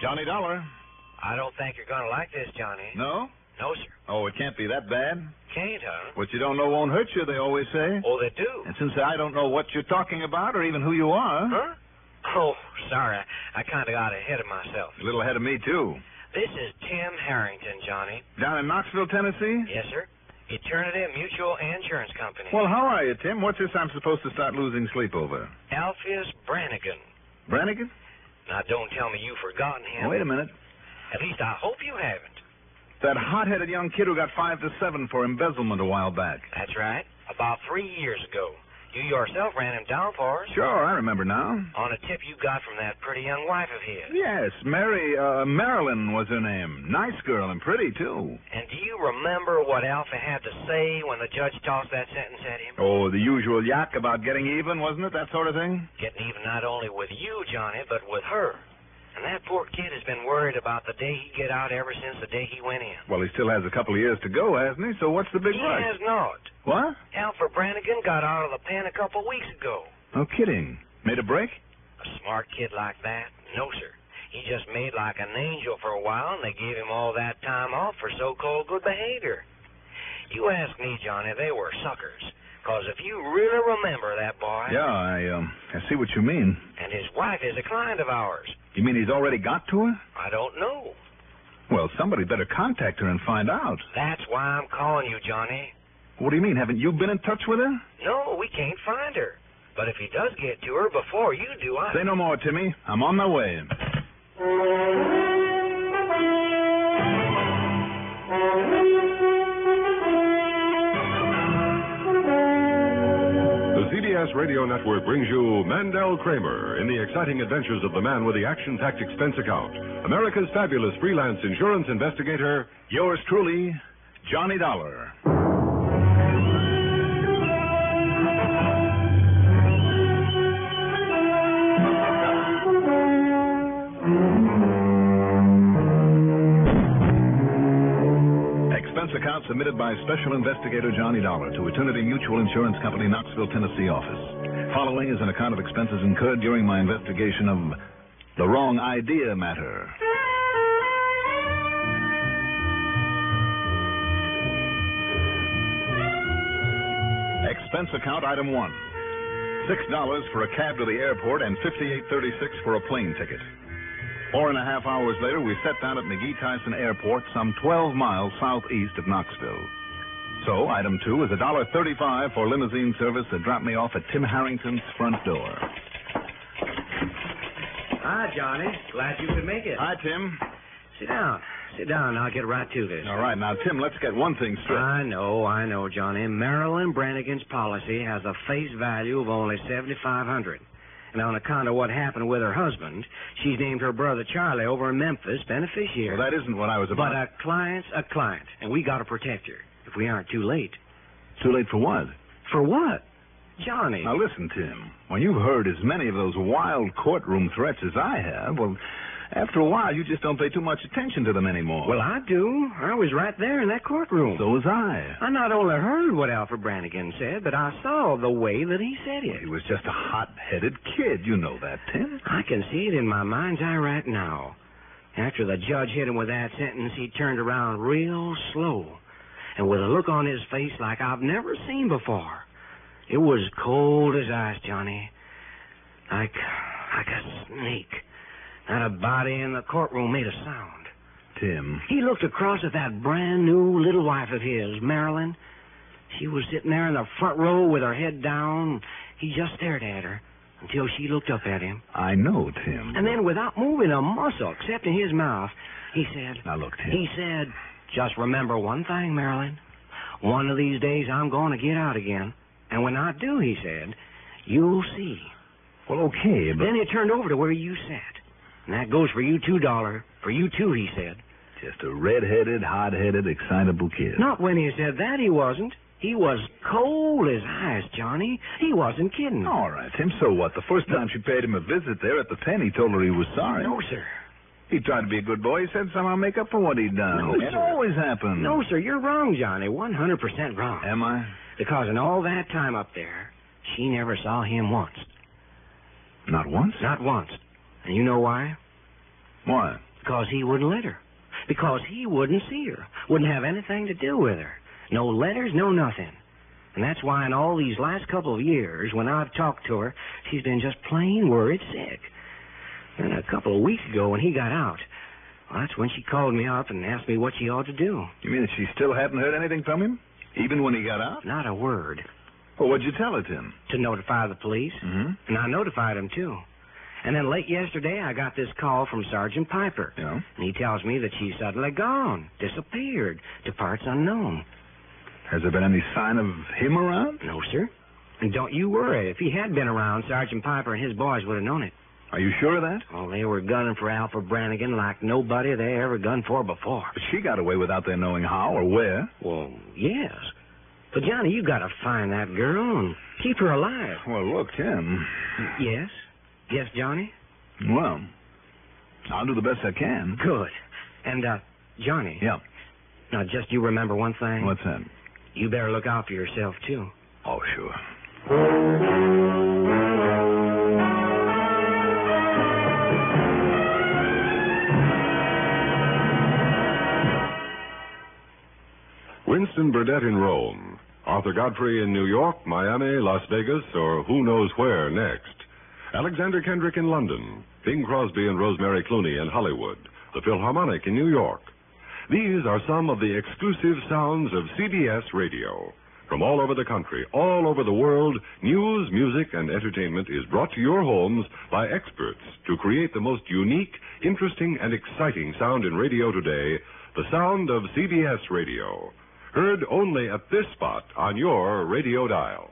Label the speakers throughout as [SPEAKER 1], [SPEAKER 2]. [SPEAKER 1] Johnny Dollar.
[SPEAKER 2] I don't think you're going to like this, Johnny.
[SPEAKER 1] No?
[SPEAKER 2] No, sir.
[SPEAKER 1] Oh, it can't be that bad.
[SPEAKER 2] Can't, huh?
[SPEAKER 1] What you don't know won't hurt you, they always say.
[SPEAKER 2] Oh, they do.
[SPEAKER 1] And since I don't know what you're talking about or even who you are,
[SPEAKER 2] Huh? Oh, sorry. I, I kind of got ahead of myself.
[SPEAKER 1] a little ahead of me, too.
[SPEAKER 2] This is Tim Harrington, Johnny.
[SPEAKER 1] Down in Knoxville, Tennessee?
[SPEAKER 2] Yes, sir. Eternity Mutual Insurance Company.
[SPEAKER 1] Well, how are you, Tim? What's this I'm supposed to start losing sleep over?
[SPEAKER 2] Alpheus Brannigan.
[SPEAKER 1] Brannigan?
[SPEAKER 2] Now, don't tell me you've forgotten him.
[SPEAKER 1] Wait a minute.
[SPEAKER 2] At least I hope you haven't.
[SPEAKER 1] That hot-headed young kid who got five to seven for embezzlement a while back.
[SPEAKER 2] That's right. About three years ago, you yourself ran him down for us.
[SPEAKER 1] Sure, I remember now.
[SPEAKER 2] On a tip you got from that pretty young wife of his.
[SPEAKER 1] Yes, Mary, uh, Marilyn was her name. Nice girl and pretty, too.
[SPEAKER 2] And do you remember what Alpha had to say when the judge tossed that sentence at him?
[SPEAKER 1] Oh, the usual yak about getting even, wasn't it? That sort of thing?
[SPEAKER 2] Getting even not only with you, Johnny, but with her. And that poor kid has been worried about the day he'd get out ever since the day he went in.
[SPEAKER 1] Well, he still has a couple of years to go, hasn't he? So what's the big
[SPEAKER 2] he
[SPEAKER 1] rush?
[SPEAKER 2] has not.
[SPEAKER 1] What?
[SPEAKER 2] Alpha Brannigan got out of the pen a couple weeks ago.
[SPEAKER 1] No kidding. Made a break?
[SPEAKER 2] A smart kid like that? No, sir. He just made like an angel for a while, and they gave him all that time off for so-called good behavior. You ask me, Johnny, they were suckers. Because if you really remember that boy,
[SPEAKER 1] Yeah, I, um, I see what you mean.
[SPEAKER 2] and his wife is a client of ours,
[SPEAKER 1] You mean he's already got to her?
[SPEAKER 2] I don't know.
[SPEAKER 1] Well, somebody better contact her and find out.
[SPEAKER 2] That's why I'm calling you, Johnny.
[SPEAKER 1] What do you mean? Haven't you been in touch with her?
[SPEAKER 2] No, we can't find her. But if he does get to her before you do, I.
[SPEAKER 1] Say no more, Timmy. I'm on my way.
[SPEAKER 3] The CBS Radio Network brings you Mandel Kramer in the exciting adventures of the man with the action packed expense account. America's fabulous freelance insurance investigator.
[SPEAKER 1] Yours truly, Johnny Dollar. Expense account submitted by Special Investigator Johnny Dollar to Eternity Mutual Insurance Company, Knoxville, Tennessee office. Following is an account of expenses incurred during my investigation of the wrong idea matter. Expense account item one. Six dollars for a cab to the airport and fifty-eight thirty-six for a plane ticket. Four and a half hours later, we set down at McGee Tyson Airport, some twelve miles southeast of Knoxville. So, item two is a dollar thirty-five for limousine service that dropped me off at Tim Harrington's front door.
[SPEAKER 2] Hi, Johnny. Glad you could make it.
[SPEAKER 1] Hi, Tim.
[SPEAKER 2] Sit down. Sit down. I'll get right to this.
[SPEAKER 1] All right, now Tim, let's get one thing straight.
[SPEAKER 2] I know, I know, Johnny. Marilyn Brannigan's policy has a face value of only seventy-five hundred, and on account of what happened with her husband, she's named her brother Charlie over in Memphis beneficiary.
[SPEAKER 1] Well, that isn't what I was about.
[SPEAKER 2] but a client's a client, and we got to protect her if we aren't too late.
[SPEAKER 1] uh, Too late for what?
[SPEAKER 2] For what, Johnny?
[SPEAKER 1] Now listen, Tim. When you've heard as many of those wild courtroom threats as I have, well, after a while you just don't pay too much attention to them anymore.
[SPEAKER 2] well, I do. I was right there in that courtroom.
[SPEAKER 1] so was I.
[SPEAKER 2] I not only heard what Alfred Brannigan said, but I saw the way that he said it.
[SPEAKER 1] He was just a hot-headed kid. You know that, Tim.
[SPEAKER 2] I can see it in my mind's eye right now. After the judge hit him with that sentence, he turned around real slow and with a look on his face like I've never seen before. It was cold as ice, Johnny. Like, like a snake. Not a body in the courtroom made a sound.
[SPEAKER 1] Tim.
[SPEAKER 2] He looked across at that brand new little wife of his, Marilyn. She was sitting there in the front row with her head down. He just stared at her until she looked up at him.
[SPEAKER 1] I know, Tim.
[SPEAKER 2] And then, without moving a muscle except in his mouth, he said,
[SPEAKER 1] Now look, Tim.
[SPEAKER 2] he said, just remember one thing, Marilyn. One of these days I'm going to get out again. And when I do, he said, you'll see.
[SPEAKER 1] Well, okay, but
[SPEAKER 2] Then he turned over to where you sat. And that goes for you too, Dollar. For you too, he said.
[SPEAKER 1] just a red-headed, hot-headed, excitable kid.
[SPEAKER 2] Not when he said that, he wasn't. He was cold as ice, Johnny. He wasn't kidding.
[SPEAKER 1] All right, Tim. So what? The first time she paid him a visit there at the pen, he told her he was sorry.
[SPEAKER 2] No, sir.
[SPEAKER 1] He tried to be a good boy. He said somehow make up for what he'd done.
[SPEAKER 2] No,
[SPEAKER 1] it
[SPEAKER 2] sir.
[SPEAKER 1] always happens.
[SPEAKER 2] No, sir, you're wrong, Johnny. 100% wrong.
[SPEAKER 1] Am I?
[SPEAKER 2] Because in all that time up there, she never saw him once.
[SPEAKER 1] Not once.
[SPEAKER 2] Not once. And you know why?
[SPEAKER 1] Why?
[SPEAKER 2] Because he wouldn't let her. Because he wouldn't see her. Wouldn't have anything to do with her. No letters, no nothing. And that's why in all these last couple of years, when I've talked to her, she's been just plain worried sick. And a couple of weeks ago, when he got out, well, that's when she called me up and asked me what she ought to do.
[SPEAKER 1] You mean that she still hadn't heard anything from him? Even when he got out?
[SPEAKER 2] Not a word.
[SPEAKER 1] Well, what'd you tell her, Tim?
[SPEAKER 2] To notify the police.
[SPEAKER 1] Mm-hmm.
[SPEAKER 2] And I notified him, too. And then late yesterday, I got this call from Sergeant Piper.
[SPEAKER 1] Yeah.
[SPEAKER 2] And he tells me that she's suddenly gone, disappeared, to parts unknown.
[SPEAKER 1] Has there been any sign of him around?
[SPEAKER 2] No, sir. And don't you worry. If he had been around, Sergeant Piper and his boys would have known it.
[SPEAKER 1] Are you sure of that?
[SPEAKER 2] Well, they were gunning for Alpha Brannigan like nobody they ever gunned for before.
[SPEAKER 1] But she got away without their knowing how or where.
[SPEAKER 2] Well, yes. But, Johnny, you gotta find that girl and keep her alive.
[SPEAKER 1] Well, look, Tim.
[SPEAKER 2] Yes? Yes, Johnny?
[SPEAKER 1] Well, I'll do the best I can.
[SPEAKER 2] Good. And, uh, Johnny.
[SPEAKER 1] Yeah.
[SPEAKER 2] Now, just you remember one thing.
[SPEAKER 1] What's that?
[SPEAKER 2] You better look out for yourself, too.
[SPEAKER 1] Oh, sure.
[SPEAKER 3] Winston Burdett in Rome, Arthur Godfrey in New York, Miami, Las Vegas, or who knows where next. Alexander Kendrick in London, Bing Crosby and Rosemary Clooney in Hollywood, the Philharmonic in New York. These are some of the exclusive sounds of CBS radio. From all over the country, all over the world, news, music, and entertainment is brought to your homes by experts to create the most unique, interesting, and exciting sound in radio today, the sound of CBS radio. Heard only at this spot on your radio dial.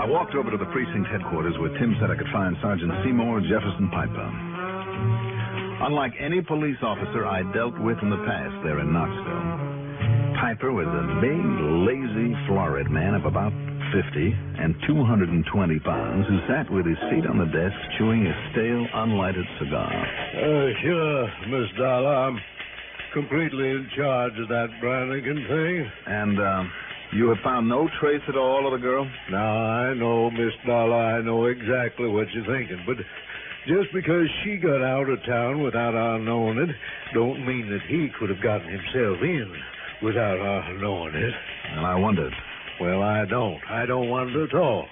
[SPEAKER 1] I walked over to the precinct headquarters where Tim said I could find Sergeant Seymour Jefferson Piper. Unlike any police officer I dealt with in the past there in Knoxville, Piper was a big, lazy, florid man of about 50 and 220 pounds who sat with his feet on the desk chewing a stale, unlighted cigar.
[SPEAKER 4] Uh, sure, Miss Dollar. I'm completely in charge of that Brannigan thing.
[SPEAKER 1] And, uh, you have found no trace at all of the girl?
[SPEAKER 4] Now, I know, Miss Dollar, I know exactly what you're thinking, but just because she got out of town without our knowing it, don't mean that he could have gotten himself in without our knowing it.
[SPEAKER 1] And I wondered.
[SPEAKER 4] Well, I don't. I don't want it at all.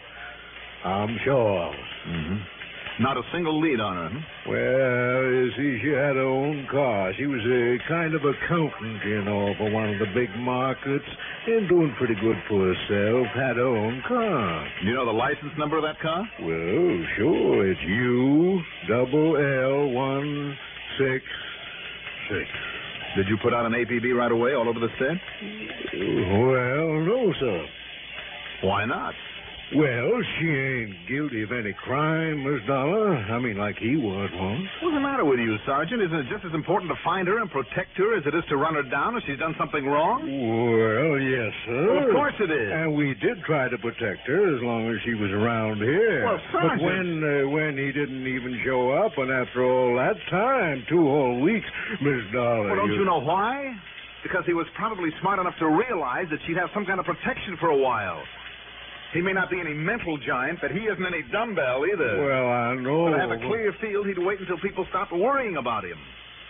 [SPEAKER 4] I'm sure of it.
[SPEAKER 1] Mm-hmm. Not a single lead on her. huh?
[SPEAKER 4] Well, you see, she had her own car. She was a kind of accountant, you know, for one of the big markets, and doing pretty good for herself. Had her own car.
[SPEAKER 1] You know the license number of that car?
[SPEAKER 4] Well, sure, it's U double L one six six.
[SPEAKER 1] Did you put out an APB right away all over the state?
[SPEAKER 4] Well, no, sir.
[SPEAKER 1] Why not?
[SPEAKER 4] Well, she ain't guilty of any crime, Miss Dollar. I mean, like he was once.
[SPEAKER 1] What's the matter with you, Sergeant? Isn't it just as important to find her and protect her as it is to run her down if she's done something wrong?
[SPEAKER 4] Well, yes, sir.
[SPEAKER 1] Well, of course it is.
[SPEAKER 4] And we did try to protect her as long as she was around here.
[SPEAKER 1] Well, Sergeant-
[SPEAKER 4] But when uh, when he didn't even show up, and after all that time, two whole weeks, Miss Dollar.
[SPEAKER 1] Well, don't you know why? Because he was probably smart enough to realize that she'd have some kind of protection for a while. He may not be any mental giant, but he isn't any dumbbell either.
[SPEAKER 4] Well, I know.
[SPEAKER 1] to have a clear field, he'd wait until people stopped worrying about him.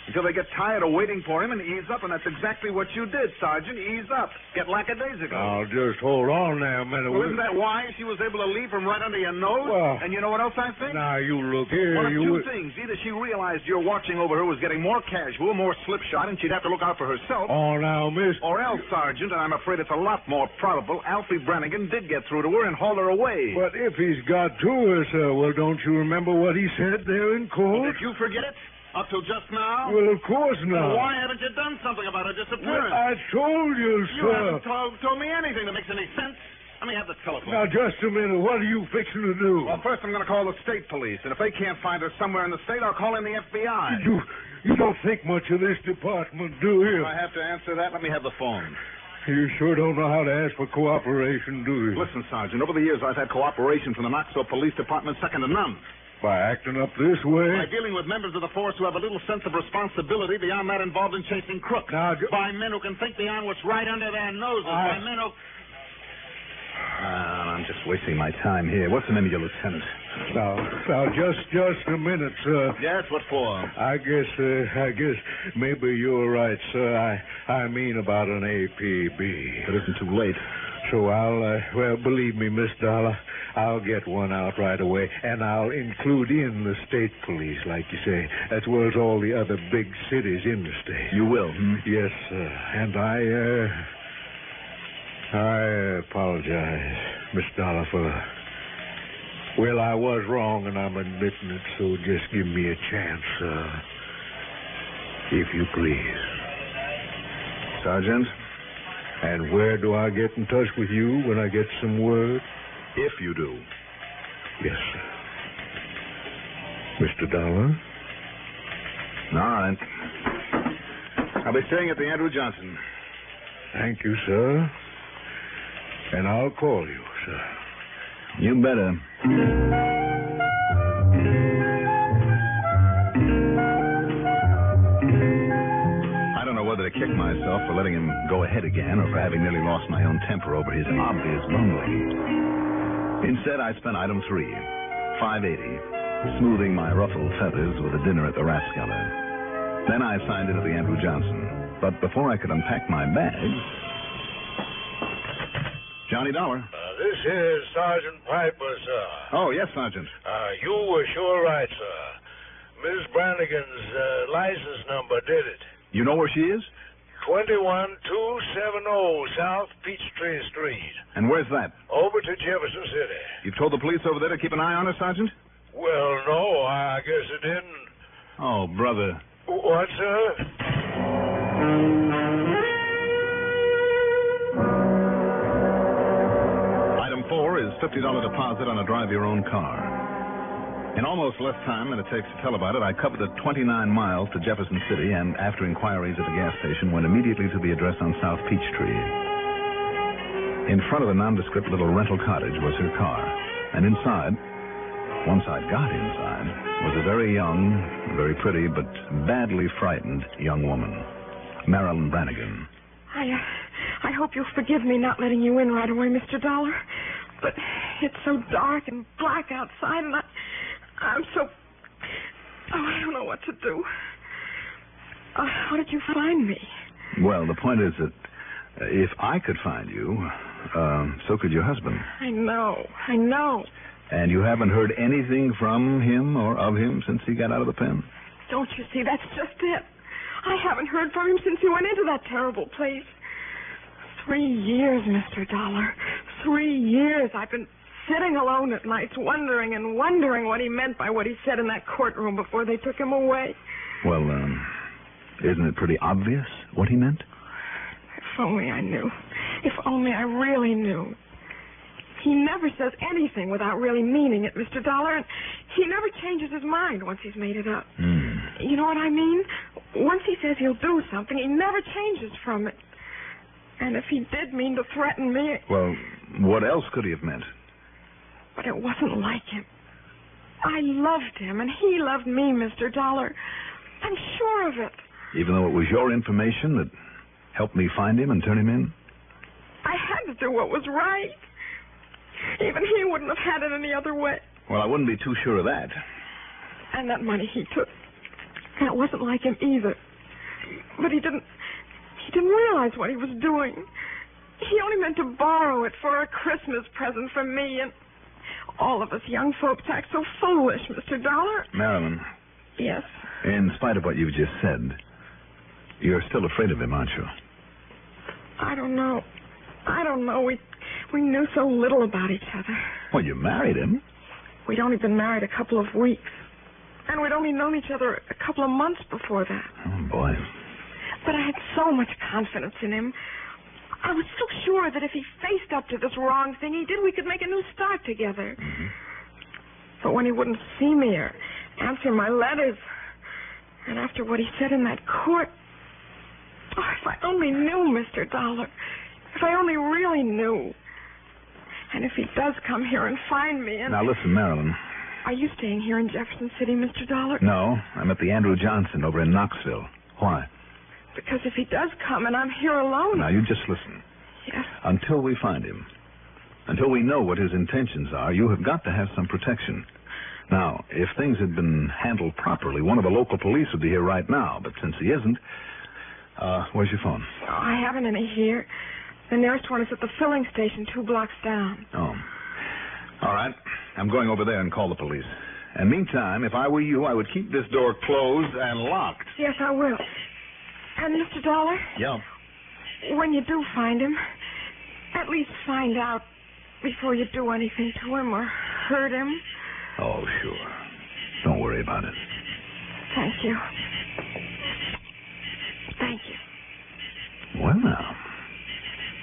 [SPEAKER 1] Until they get tired of waiting for him and ease up, and that's exactly what you did, Sergeant. Ease up. Get lackadaisical.
[SPEAKER 4] Now, just hold on there a minute.
[SPEAKER 1] Well, isn't that why she was able to leave him right under your nose?
[SPEAKER 4] Well-
[SPEAKER 1] and you know what else I think?
[SPEAKER 4] Now, you look here.
[SPEAKER 1] One of
[SPEAKER 4] you
[SPEAKER 1] two things. Either she realized your watching over her was getting more casual, more slipshod, and she'd have to look out for herself.
[SPEAKER 4] Oh, now, Miss.
[SPEAKER 1] Or else, Sergeant, and I'm afraid it's a lot more probable, Alfie Brannigan did get through to her and hauled her away.
[SPEAKER 4] But if he's got to her, sir, well, don't you remember what he said there in court?
[SPEAKER 1] Did you forget it? Up till just now?
[SPEAKER 4] Well, of course
[SPEAKER 1] Then
[SPEAKER 4] not.
[SPEAKER 1] Why haven't you done something about her
[SPEAKER 4] Well,
[SPEAKER 1] disappearance?
[SPEAKER 4] I told you,
[SPEAKER 1] you
[SPEAKER 4] sir.
[SPEAKER 1] haven't told, told me anything that makes any sense. Let me have the telephone.
[SPEAKER 4] Now, just a minute. What are you fixing to do?
[SPEAKER 1] well, first I'm going to call the state police, and if they can't find her somewhere in the state, I'll call in the FBI.
[SPEAKER 4] you, you don't think much of this department, do you?
[SPEAKER 1] If I have to answer that, let me have the phone.
[SPEAKER 4] You sure don't know how to ask for cooperation, do you?
[SPEAKER 1] Listen, Sergeant, over the years I've had cooperation from the Knoxville Police Department second to none.
[SPEAKER 4] By acting up this way.
[SPEAKER 1] By dealing with members of the force who have a little sense of responsibility beyond that involved in chasing crooks.
[SPEAKER 4] Now, ju-
[SPEAKER 1] by men who can think beyond what's right under their noses.
[SPEAKER 4] I-
[SPEAKER 1] By men who... Ah, I'm just wasting my time here. What's the name of your lieutenant?
[SPEAKER 4] Now, now, just, just a minute, sir.
[SPEAKER 1] Yes, what for?
[SPEAKER 4] I guess, uh, I guess maybe you're right, sir. I, I mean about an APB.
[SPEAKER 1] It isn't too late.
[SPEAKER 4] So I'll, uh, well, believe me, Miss Dollar, I'll get one out right away, and I'll include in the state police, like you say, as well as all the other big cities in the state.
[SPEAKER 1] You will. hmm?
[SPEAKER 4] Yes, sir. And I, uh, I apologize, Miss Dollar, for. Well, I was wrong, and I'm admitting it, so just give me a chance, sir. If you please.
[SPEAKER 1] Sergeant,
[SPEAKER 4] And where do I get in touch with you when I get some word?
[SPEAKER 1] if you do,
[SPEAKER 4] Yes, sir. Mr. Dollar?
[SPEAKER 1] All right. I'll be staying at the Andrew Johnson.
[SPEAKER 4] Thank you, sir. And I'll call you, sir.
[SPEAKER 1] You better. I don't know whether to kick myself for letting him go ahead again or for having nearly lost my own temper over his obvious bungling. Instead, I spent item three, 580, smoothing my ruffled feathers with a dinner at the Rascaller. Then I signed into the Andrew Johnson. But before I could unpack my bags, Johnny Dollar.
[SPEAKER 4] Uh, this is Sergeant Piper, sir.
[SPEAKER 1] Oh, yes, Sergeant.
[SPEAKER 4] Uh, you were sure right, sir. Miss Brannigan's uh, license number did it.
[SPEAKER 1] You know where she is?
[SPEAKER 4] 21270 South Peachtree Street.
[SPEAKER 1] And where's that?
[SPEAKER 4] Over to Jefferson City.
[SPEAKER 1] You've told the police over there to keep an eye on her, Sergeant?
[SPEAKER 4] Well, no, I guess it didn't.
[SPEAKER 1] Oh, brother.
[SPEAKER 4] What, sir?
[SPEAKER 1] Item four is $50 deposit on a drive your own car. In almost less time than it takes to tell about it, I covered the 29 miles to Jefferson City and, after inquiries at the gas station, went immediately to the address on South Peachtree. In front of the nondescript little rental cottage was her car, and inside, once I got inside, was a very young, very pretty, but badly frightened young woman, Marilyn Brannigan.
[SPEAKER 5] I, uh, I hope you'll forgive me not letting you in right away, Mr. Dollar. But it's so dark and black outside, and I, I'm so. Oh, I don't know what to do. Uh, how did you find me?
[SPEAKER 1] Well, the point is that uh, if I could find you, um, so could your husband.
[SPEAKER 5] I know, I know.
[SPEAKER 1] And you haven't heard anything from him or of him since he got out of the pen?
[SPEAKER 5] Don't you see? That's just it. I haven't heard from him since he went into that terrible place. Three years, Mr. Dollar. Three years I've been sitting alone at nights wondering and wondering what he meant by what he said in that courtroom before they took him away.
[SPEAKER 1] Well, um, isn't it pretty obvious what he meant?
[SPEAKER 5] If only I knew. If only I really knew. He never says anything without really meaning it, Mr. Dollar, and he never changes his mind once he's made it up.
[SPEAKER 1] Hmm.
[SPEAKER 5] You know what I mean? Once he says he'll do something, he never changes from it. And if he did mean to threaten me,
[SPEAKER 1] Well, what else could he have meant?
[SPEAKER 5] but it wasn't like him. I loved him, and he loved me, Mr. Dollar. I'm sure of it.
[SPEAKER 1] Even though it was your information that helped me find him and turn him in?
[SPEAKER 5] I had to do what was right. Even he wouldn't have had it any other way.
[SPEAKER 1] Well, I wouldn't be too sure of that.
[SPEAKER 5] And that money he took. That wasn't like him either. But he didn't he didn't realize what he was doing. He only meant to borrow it for a Christmas present from me and all of us young folks act so foolish, Mr. Dollar.
[SPEAKER 1] Marilyn,
[SPEAKER 5] Yes.
[SPEAKER 1] in spite of what you've just said, you're still afraid of him, aren't you?
[SPEAKER 5] I don't know. I don't know. We we knew so little about each other.
[SPEAKER 1] Well, you married him.
[SPEAKER 5] We'd only been married a couple of weeks. And we'd only known each other a couple of months before that.
[SPEAKER 1] Oh, boy.
[SPEAKER 5] But I had so much confidence in him. I was so sure that if he faced up to this wrong thing he did, we could make a new start together.
[SPEAKER 1] Mm-hmm.
[SPEAKER 5] But when he wouldn't see me or answer my letters, and after what he said in that court, oh, if I only knew, Mr. Dollar, if I only really knew. And if he does come here and find me, and
[SPEAKER 1] Now listen, Marilyn.
[SPEAKER 5] are you staying here in Jefferson City, Mr. Dollar?
[SPEAKER 1] No, I'm at the Andrew Johnson over in Knoxville. Why?
[SPEAKER 5] Because if he does come and I'm here alone,
[SPEAKER 1] Now you just listen.
[SPEAKER 5] yes,
[SPEAKER 1] Until we find him, Until we know what his intentions are, you have got to have some protection. Now, if things had been handled properly, one of the local police would be here right now, but since he isn't, uh, where's your phone?
[SPEAKER 5] Oh, I haven't any here. The nearest one is at the filling station two blocks down.
[SPEAKER 1] Oh. All right. I'm going over there and call the police. And meantime, if I were you, I would keep this door closed and locked.
[SPEAKER 5] Yes, I will. And Mr. Dollar,
[SPEAKER 1] Yeah.
[SPEAKER 5] when you do find him, at least find out before you do anything to him or hurt him.
[SPEAKER 1] Oh, sure. Don't worry about it.
[SPEAKER 5] Thank you. Thank you.
[SPEAKER 1] Well, now.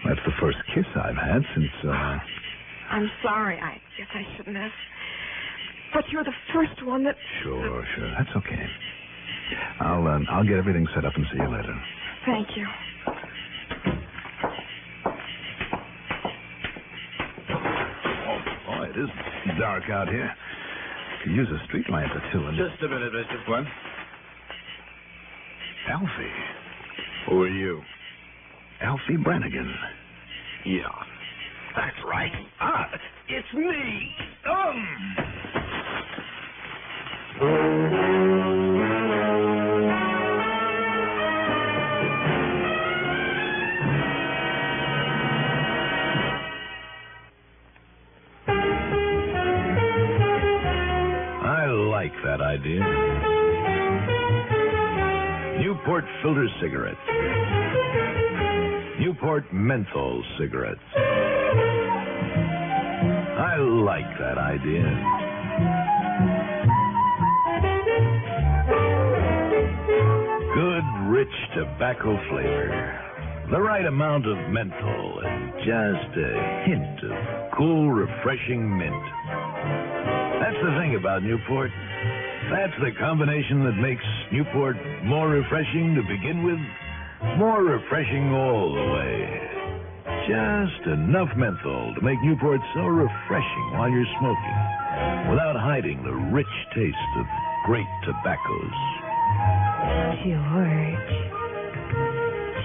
[SPEAKER 1] That's the first kiss I've had since, uh.
[SPEAKER 5] I'm sorry. I guess I shouldn't have. But you're the first one that.
[SPEAKER 1] Sure, sure. That's okay. I'll, uh, I'll get everything set up and see you later.
[SPEAKER 5] Thank you.
[SPEAKER 1] Oh, boy, it is dark out here. Could use a street lamp or two. And...
[SPEAKER 2] Just a minute, Mr.
[SPEAKER 1] What? Alfie. Who are you? Alfie Brannigan.
[SPEAKER 2] Yeah. That's right. Ah, it's me. Um.
[SPEAKER 6] I like that idea. Newport filter cigarettes. Newport menthol cigarettes. I like that idea. Good, rich tobacco flavor. The right amount of menthol and just a hint of cool, refreshing mint. That's the thing about Newport. That's the combination that makes Newport more refreshing to begin with, more refreshing all the way. Just enough menthol to make Newport so refreshing while you're smoking, without hiding the rich taste of great tobaccos.
[SPEAKER 7] George.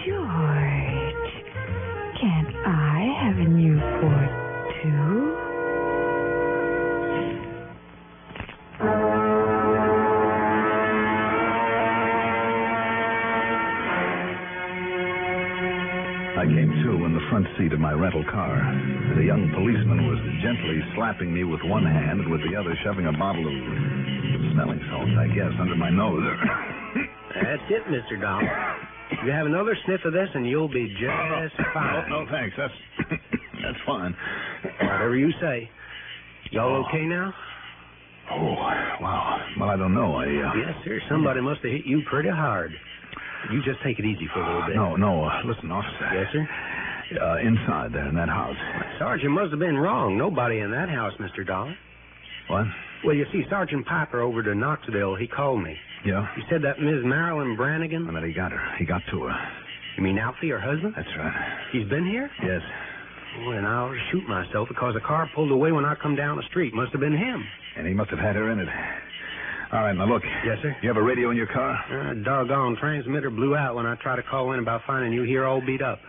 [SPEAKER 7] George. Can't I have a Newport, too?
[SPEAKER 1] I came to in the front seat of my rental car. The young policeman was gently slapping me with one hand and with the other shoving a bottle of smelling salts, I guess, under my nose.
[SPEAKER 2] That's it, Mr. Dollar. You have another sniff of this, and you'll be
[SPEAKER 4] Uh,
[SPEAKER 2] just fine.
[SPEAKER 1] Oh, No, no, thanks. That's that's fine.
[SPEAKER 2] Whatever you say. Y'all okay now?
[SPEAKER 1] Oh, wow. Well, I don't know. I uh,
[SPEAKER 2] Yes, sir. Somebody must have hit you pretty hard. You just take it easy for a
[SPEAKER 4] Ah,
[SPEAKER 2] little bit.
[SPEAKER 1] No, no. Uh, listen, officer.
[SPEAKER 2] Yes, sir.
[SPEAKER 1] Uh, inside there in that house.
[SPEAKER 2] Sergeant must have been wrong. Nobody in that house, Mr. Dollar.
[SPEAKER 1] What?
[SPEAKER 2] Well, you see, Sergeant Piper over to Knoxville, he called me.
[SPEAKER 1] Yeah.
[SPEAKER 2] He said that Miss Marilyn Brannigan,
[SPEAKER 1] And then he got her. He got to her.
[SPEAKER 2] you mean Alfie, her husband?
[SPEAKER 1] That's right.
[SPEAKER 2] He's been here?
[SPEAKER 1] Yes.
[SPEAKER 2] Well, and I'll shoot myself because the car pulled away when I come down the street. Must have been him.
[SPEAKER 1] And he must have had her in it. All right, now look.
[SPEAKER 2] Yes, sir.
[SPEAKER 1] You have a radio in your car?
[SPEAKER 2] Uh, doggone transmitter blew out when I tried to call in about finding you here all beat up.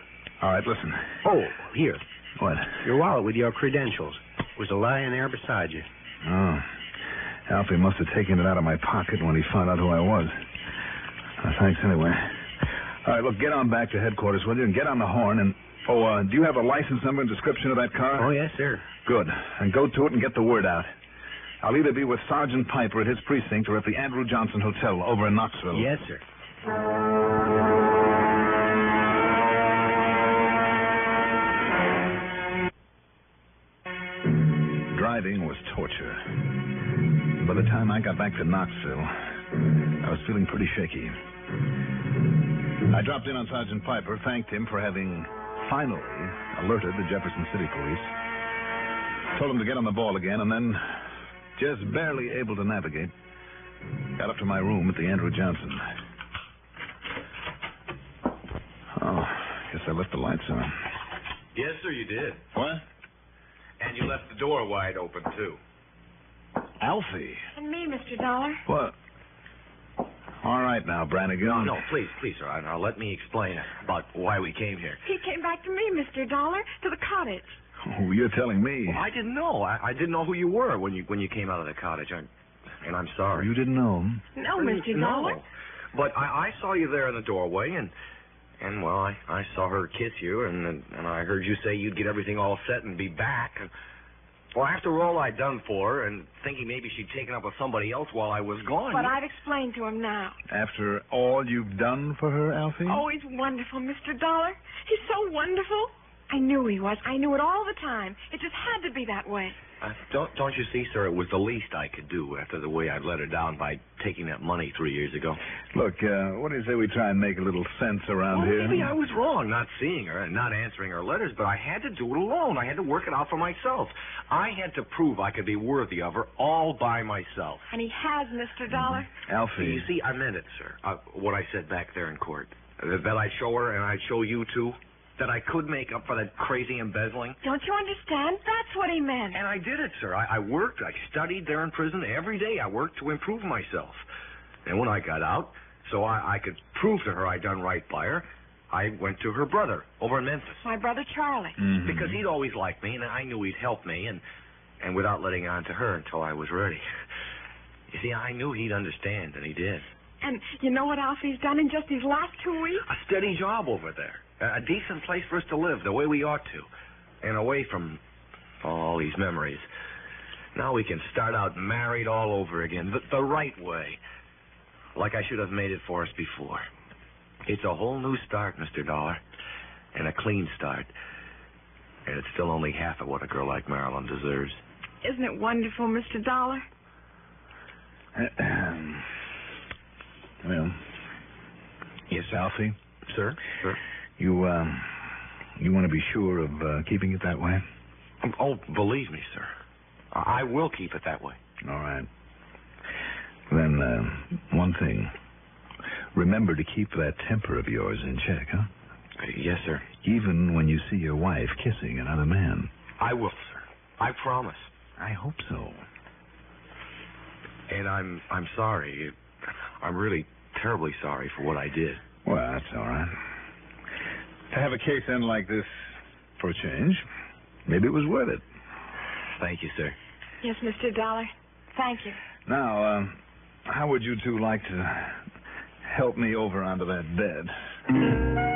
[SPEAKER 1] All right, listen.
[SPEAKER 2] Oh, here.
[SPEAKER 1] What?
[SPEAKER 2] Your wallet with your credentials was lying there beside you.
[SPEAKER 1] Oh. Alfie must have taken it out of my pocket when he found out who I was. Uh, thanks anyway. All right, look, get on back to headquarters, will you? And get on the horn and. Oh, uh, do you have a license number and description of that car?
[SPEAKER 2] Oh, yes, sir.
[SPEAKER 1] Good. And go to it and get the word out. I'll either be with Sergeant Piper at his precinct or at the Andrew Johnson Hotel over in Knoxville.
[SPEAKER 2] Yes, sir.
[SPEAKER 1] Driving was torture. By the time I got back to Knoxville, I was feeling pretty shaky. I dropped in on Sergeant Piper, thanked him for having finally alerted the Jefferson City Police, told him to get on the ball again, and then, just barely able to navigate, got up to my room at the Andrew Johnson. Oh, guess I left the lights on.
[SPEAKER 8] Yes, sir, you did.
[SPEAKER 1] What?
[SPEAKER 8] And you left the door wide open, too.
[SPEAKER 1] Alfie.
[SPEAKER 5] And me, Mr. Dollar.
[SPEAKER 1] What? All right now, Brannigan.
[SPEAKER 8] No, please, please, sir. Now, let me explain about why we came here.
[SPEAKER 5] He came back to me, Mr. Dollar, to the cottage.
[SPEAKER 1] Oh, you're telling me.
[SPEAKER 2] Well, I didn't know. I, I didn't know who you were when you when you came out of the cottage. I, and I'm sorry.
[SPEAKER 1] You didn't know him?
[SPEAKER 5] No, Mr. Dollar.
[SPEAKER 2] No. But I, I saw you there in the doorway, and and well, I, I saw her kiss you, and, and and I heard you say you'd get everything all set and be back. And, well, after all I'd done for her, and thinking maybe she'd taken up with somebody else while I was gone.
[SPEAKER 5] But I've explained to him now.
[SPEAKER 1] After all you've done for her, Alfie?
[SPEAKER 5] Oh, he's wonderful, Mr. Dollar. He's so wonderful. I knew he was. I knew it all the time. It just had to be that way.
[SPEAKER 2] Uh, don't don't you see, sir? It was the least I could do after the way I'd let her down by taking that money three years ago.
[SPEAKER 1] Look, uh, what do you say we try and make a little sense around
[SPEAKER 2] well,
[SPEAKER 1] here?
[SPEAKER 2] maybe I was wrong not seeing her and not answering her letters, but I had to do it alone. I had to work it out for myself. I had to prove I could be worthy of her all by myself.
[SPEAKER 5] And he has, Mr. Dollar.
[SPEAKER 1] Mm-hmm. Alfie.
[SPEAKER 2] You see, I meant it, sir. Uh, what I said back there in court. Uh, that I'd show her and I'd show you too. That I could make up for that crazy embezzling.
[SPEAKER 5] Don't you understand? That's what he meant.
[SPEAKER 2] And I did it, sir. I, I worked. I studied there in prison every day. I worked to improve myself. And when I got out, so I, I could prove to her I'd done right by her, I went to her brother over in Memphis.
[SPEAKER 5] My brother Charlie.
[SPEAKER 1] Mhm.
[SPEAKER 2] Because he'd always liked me, and I knew he'd help me, and, and without letting on to her until I was ready. You see, I knew he'd understand, and he did.
[SPEAKER 5] And you know what Alfie's done in just these last two weeks?
[SPEAKER 2] A steady job over there. A, a decent place for us to live, the way we ought to. And away from all these memories. Now we can start out married all over again, the, the right way. Like I should have made it for us before. It's a whole new start, Mr. Dollar. And a clean start. And it's still only half of what a girl like Marilyn deserves.
[SPEAKER 5] Isn't it wonderful, Mr. Dollar?
[SPEAKER 1] well, yes, Alfie,
[SPEAKER 2] Sir? Sir?
[SPEAKER 1] you um, you want to be sure of uh, keeping it that way?
[SPEAKER 2] Oh, believe me, sir. I I will keep it that way.
[SPEAKER 1] All right. Then uh, one thing. Remember to keep that temper of yours in check, huh?
[SPEAKER 2] Yes, sir.
[SPEAKER 1] Even when you see your wife kissing another man.
[SPEAKER 2] I will, sir. I promise.
[SPEAKER 1] I hope so.
[SPEAKER 2] And I'm I'm sorry. I'm really terribly sorry for what I did.
[SPEAKER 1] Well, that's all right. To have a case end like this for a change, maybe it was worth it.
[SPEAKER 2] Thank you, sir.
[SPEAKER 5] Yes, Mr. Dollar. Thank you.
[SPEAKER 1] Now, um, how would you two like to help me over onto that bed?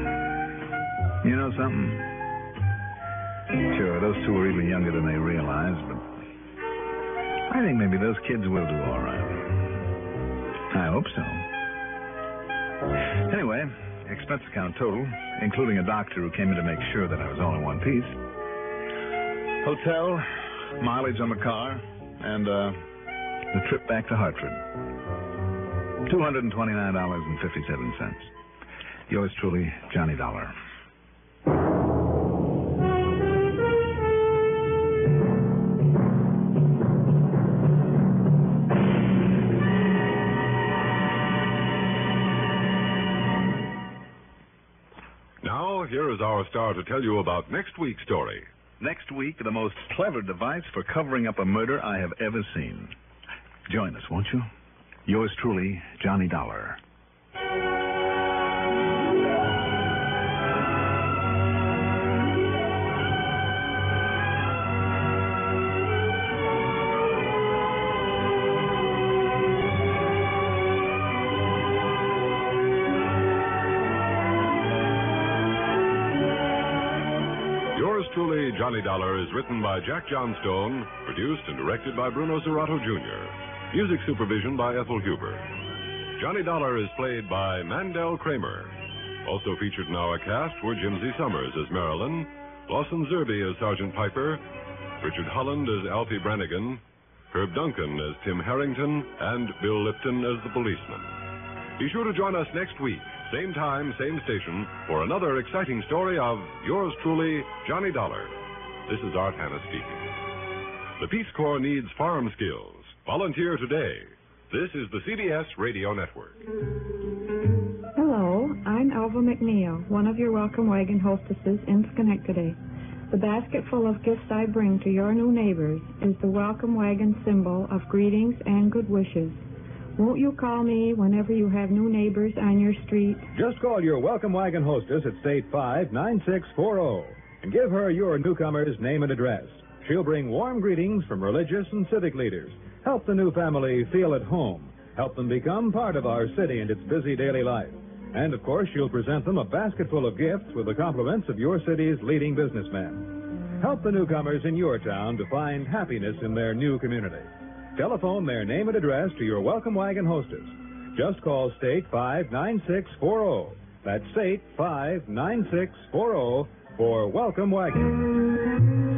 [SPEAKER 1] Well, you know something? Sure, those two are even younger than they realize, but I think maybe those kids will do all right. I hope so. Anyway, expense account total, including a doctor who came in to make sure that I was all in one piece. Hotel, mileage on the car, and uh, the trip back to Hartford. $229.57. Yours truly, Johnny Dollar.
[SPEAKER 3] Now, here is our star to tell you about next week's story.
[SPEAKER 1] Next week, the most clever device for covering up a murder I have ever seen. Join us, won't you? Yours truly, Johnny Dollar.
[SPEAKER 3] Yours truly, Johnny Dollar, is written by Jack Johnstone, produced and directed by Bruno Serrato Jr., music supervision by Ethel Huber. Johnny Dollar is played by Mandel Kramer. Also featured in our cast were Jimsy Summers as Marilyn, Lawson Zerby as Sergeant Piper, Richard Holland as Alfie Brannigan, Herb Duncan as Tim Harrington, and Bill Lipton as the policeman. Be sure to join us next week, same time, same station, for another exciting story of yours truly, Johnny Dollar. This is Art Hanna speaking. The Peace Corps needs farm skills. Volunteer today. This is the CBS Radio Network.
[SPEAKER 9] Hello, I'm Elva McNeil, one of your welcome wagon hostesses in Schenectady. The basket full of gifts I bring to your new neighbors is the welcome wagon symbol of greetings and good wishes. Won't you call me whenever you have new neighbors on your street?
[SPEAKER 3] Just call your welcome wagon hostess at State 5 9640 and give her your newcomer's name and address. She'll bring warm greetings from religious and civic leaders. Help the new family feel at home. Help them become part of our city and its busy daily life. And of course, she'll present them a basket full of gifts with the compliments of your city's leading businessmen. Help the newcomers in your town to find happiness in their new community. Telephone their name and address to your welcome wagon hostess. Just call State 59640. That's State 59640 for Welcome Wagon.